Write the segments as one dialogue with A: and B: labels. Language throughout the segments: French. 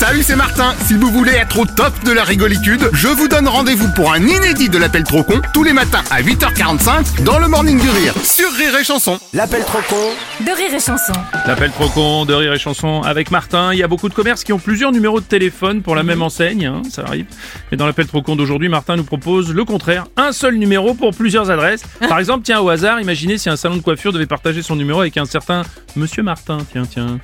A: Salut, c'est Martin. Si vous voulez être au top de la rigolitude, je vous donne rendez-vous pour un inédit de l'appel trop con tous les matins à 8h45 dans le Morning du Rire sur Rire et Chanson.
B: L'appel trop con
C: de rire et chanson.
D: L'appel trop con de rire et chanson avec Martin. hein. Il y a beaucoup de commerces qui ont plusieurs numéros de téléphone pour la même enseigne, hein, ça arrive. Mais dans l'appel trop con d'aujourd'hui, Martin nous propose le contraire, un seul numéro pour plusieurs adresses. Par exemple, tiens au hasard, imaginez si un salon de coiffure devait partager son numéro avec un certain Monsieur Martin. Tiens, tiens.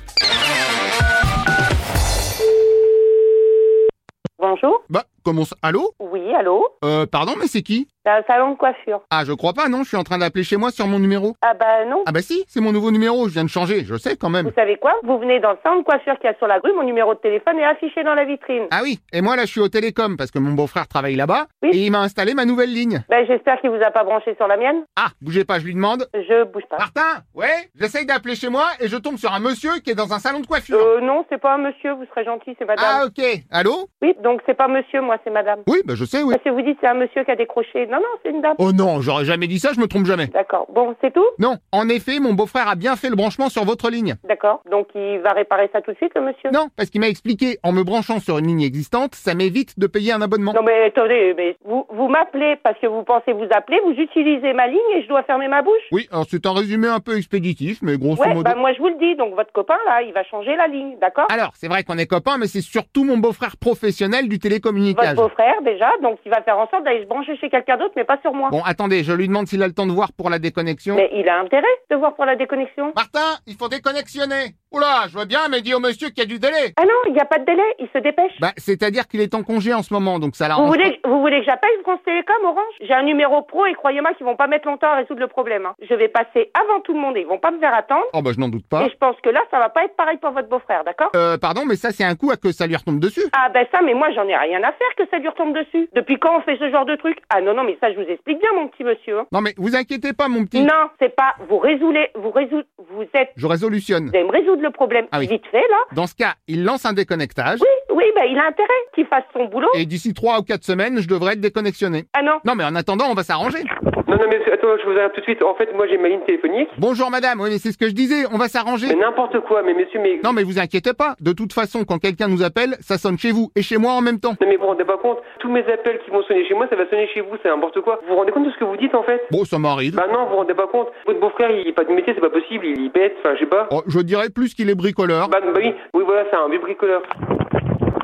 E: Bonjour.
A: Bah, comment ça Allô
E: Oui, allô
A: Euh, pardon, mais c'est qui
E: C'est un salon de coiffure.
A: Ah, je crois pas, non, je suis en train d'appeler chez moi sur mon numéro.
E: Ah bah non.
A: Ah bah si, c'est mon nouveau numéro, je viens de changer, je sais quand même.
E: Vous savez quoi Vous venez dans le salon de coiffure qu'il y a sur la rue, mon numéro de téléphone est affiché dans la vitrine.
A: Ah oui, et moi là je suis au télécom parce que mon beau-frère travaille là-bas
E: Oui.
A: et il m'a installé ma nouvelle ligne.
E: Ben j'espère qu'il vous a pas branché sur la mienne.
A: Ah, bougez pas, je lui demande.
E: Je bouge pas.
A: Martin, ouais, j'essaye d'appeler chez moi et je tombe sur un monsieur qui est dans un salon de coiffure.
E: Euh non, c'est pas un monsieur, vous serez gentil, c'est madame.
A: ah ok, allô
E: Oui, donc c'est pas monsieur, moi c'est madame.
A: Oui, bah je sais, oui.
E: Parce que vous dites c'est un monsieur qui a décroché. Non, non, c'est une dame.
A: Oh non, j'aurais jamais dit ça, je me trompe jamais.
E: D'accord. Bon, c'est tout
A: Non, en effet, mon beau-frère a bien fait le branchement sur votre ligne.
E: D'accord. Donc il va réparer ça tout de suite, le monsieur
A: Non, parce qu'il m'a expliqué, en me branchant sur une ligne existante, ça m'évite de payer un abonnement.
E: Non, mais attendez, mais vous, vous m'appelez parce que vous pensez vous appeler, vous utilisez ma ligne et je dois fermer ma bouche
A: Oui, alors c'est un résumé un peu expéditif, mais grosso
E: Ouais,
A: modo... Ah,
E: bah moi je vous le dis, donc votre copain là, il va changer la ligne, d'accord
A: Alors, c'est vrai qu'on est copains, mais c'est surtout mon beau-frère professionnel du
E: Votre
A: télécommunicage.
E: beau-frère déjà, donc il va faire en sorte d'aller se brancher chez quelqu'un d'autre, mais pas sur moi.
A: Bon, attendez, je lui demande s'il a le temps de voir pour la déconnexion.
E: Mais il a intérêt de voir pour la déconnexion.
A: Martin, il faut déconnexionner Oula, je vois bien, mais dis au monsieur qu'il y a du délai
E: Ah non, il n'y a pas de délai, il se dépêche.
A: Bah, c'est-à-dire qu'il est en congé en ce moment, donc ça
E: vous,
A: l'arrange
E: voulez, vous voulez que j'appelle France Télécom, Orange J'ai un numéro pro et croyez-moi qu'ils vont pas mettre longtemps à résoudre le problème. hein. Je vais passer avant tout le monde et ils vont pas me faire attendre.
A: pas. Oh bah, je n'en doute pas.
E: Et je pense que là, ça va pas être pareil pour votre beau-frère, d'accord
A: Euh, pardon, mais ça, c'est un coup à que ça lui retombe dessus.
E: Ah ben ça, mais moi j'en ai rien à faire que ça lui retombe dessus. Depuis quand on fait ce genre de truc Ah non, non, mais ça je vous explique bien, mon petit monsieur. hein.
A: Non mais, vous inquiétez pas, mon petit.
E: Non, c'est pas. Vous résoudez, vous résoudez, vous êtes
A: Je résolutionne.
E: Vous allez me résoudre le problème
A: Ah oui.
E: vite fait, là.
A: Dans ce cas, il lance un déconnectage.
E: Oui, oui, bah, il a intérêt qu'il fasse son boulot.
A: Et d'ici trois ou quatre semaines, je devrais être déconnexionné.
E: Ah non.
A: Non mais en attendant, on va s'arranger.
F: Non, non, mais attends, je vous arrête tout de suite. En fait, moi, j'ai ma ligne téléphonique.
A: Bonjour madame, oui mais c'est ce que je disais, on va s'arranger.
F: Mais n'importe quoi, mais messieurs, mais.
A: Non mais vous inquiétez pas, de toute façon, quand quelqu'un nous appelle, ça sonne chez vous et chez moi en même temps.
F: Non, mais vous vous rendez pas compte Tous mes appels qui vont sonner chez moi, ça va sonner chez vous, c'est n'importe quoi. Vous vous rendez compte de ce que vous dites, en fait
A: Bon, ça m'arrive.
F: Bah non, vous vous rendez pas compte. Votre beau-frère, il est pas de métier, c'est pas possible, il est bête, enfin, je sais pas.
A: Oh, je dirais plus qu'il est bricoleur.
F: Bah, bah oui, oui, voilà, c'est un vieux bricoleur.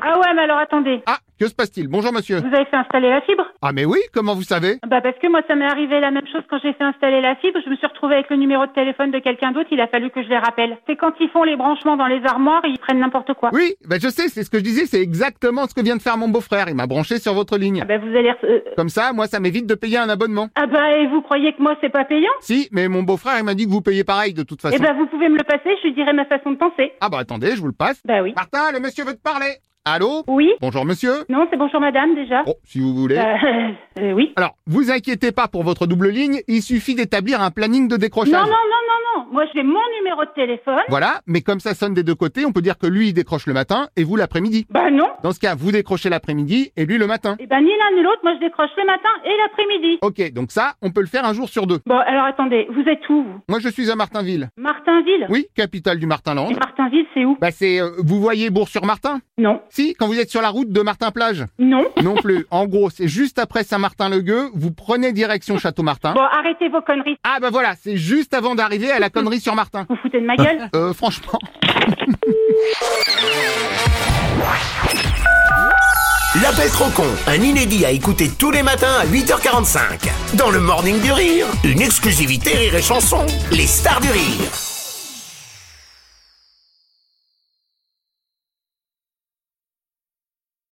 G: Ah ouais, mais alors attendez,
A: Ah, que se passe-t-il Bonjour monsieur.
G: vous avez fait installer la fibre
A: Ah mais oui, comment vous savez
G: Bah parce que moi ça m'est arrivé la même chose quand j'ai fait installer la fibre, je me suis retrouvée avec le numéro de téléphone de quelqu'un d'autre, il a fallu que je les rappelle. C'est quand ils font les branchements dans les armoires, ils prennent n'importe quoi.
A: Oui, bah je sais, c'est ce que je disais, c'est exactement ce que vient de faire mon beau-frère, il m'a branché sur votre ligne.
G: Ah bah vous allez... re- euh, euh,
A: Comme ça, moi ça m'évite de payer un abonnement.
G: Ah bah et vous croyez que moi c'est pas payant
A: Si, mais mon beau-frère il m'a dit que vous payez pareil de toute
G: Eh
A: façon.
G: bah vous pouvez me le passer, je lui dirai ma façon de penser.
A: Ah bah attendez, je vous le passe.
G: Bah oui.
A: Martin, le monsieur veut te parler. Allô
G: Oui
A: Bonjour monsieur.
G: Non, c'est bonjour madame déjà.
A: Bon, si vous voulez.
G: Bah, euh, oui.
A: Alors, vous inquiétez pas pour votre double ligne, il suffit d'établir un planning de décrochage.
G: Non, non, non, non, non, moi je fais mon numéro de téléphone.
A: Voilà, mais comme ça sonne des deux côtés, on peut dire que lui il décroche le matin et vous l'après-midi.
G: Bah non.
A: Dans ce cas, vous décrochez l'après-midi et lui le matin.
G: Eh ben ni l'un ni l'autre, moi je décroche le matin et l'après-midi.
A: Ok, donc ça, on peut le faire un jour sur deux.
G: Bon alors attendez, vous êtes où vous
A: Moi je suis à Martinville.
G: Martinville
A: Oui, capitale du
G: Et
A: Martinland.
G: Martinville, c'est où
A: Bah c'est, euh, vous voyez Bourg-sur-Martin
G: Non.
A: Si, quand vous êtes sur la route de Martin-Plage
G: Non.
A: Non plus. En gros, c'est juste après Saint-Martin-le-Gueux, vous prenez direction Château-Martin.
G: Bon, arrêtez vos conneries.
A: Ah bah voilà, c'est juste avant d'arriver à la connerie sur Martin.
G: Vous foutez de ma gueule
A: Euh, franchement.
B: L'appel trop con, un inédit à écouter tous les matins à 8h45. Dans le Morning du Rire, une exclusivité Rire et Chanson, les stars du rire.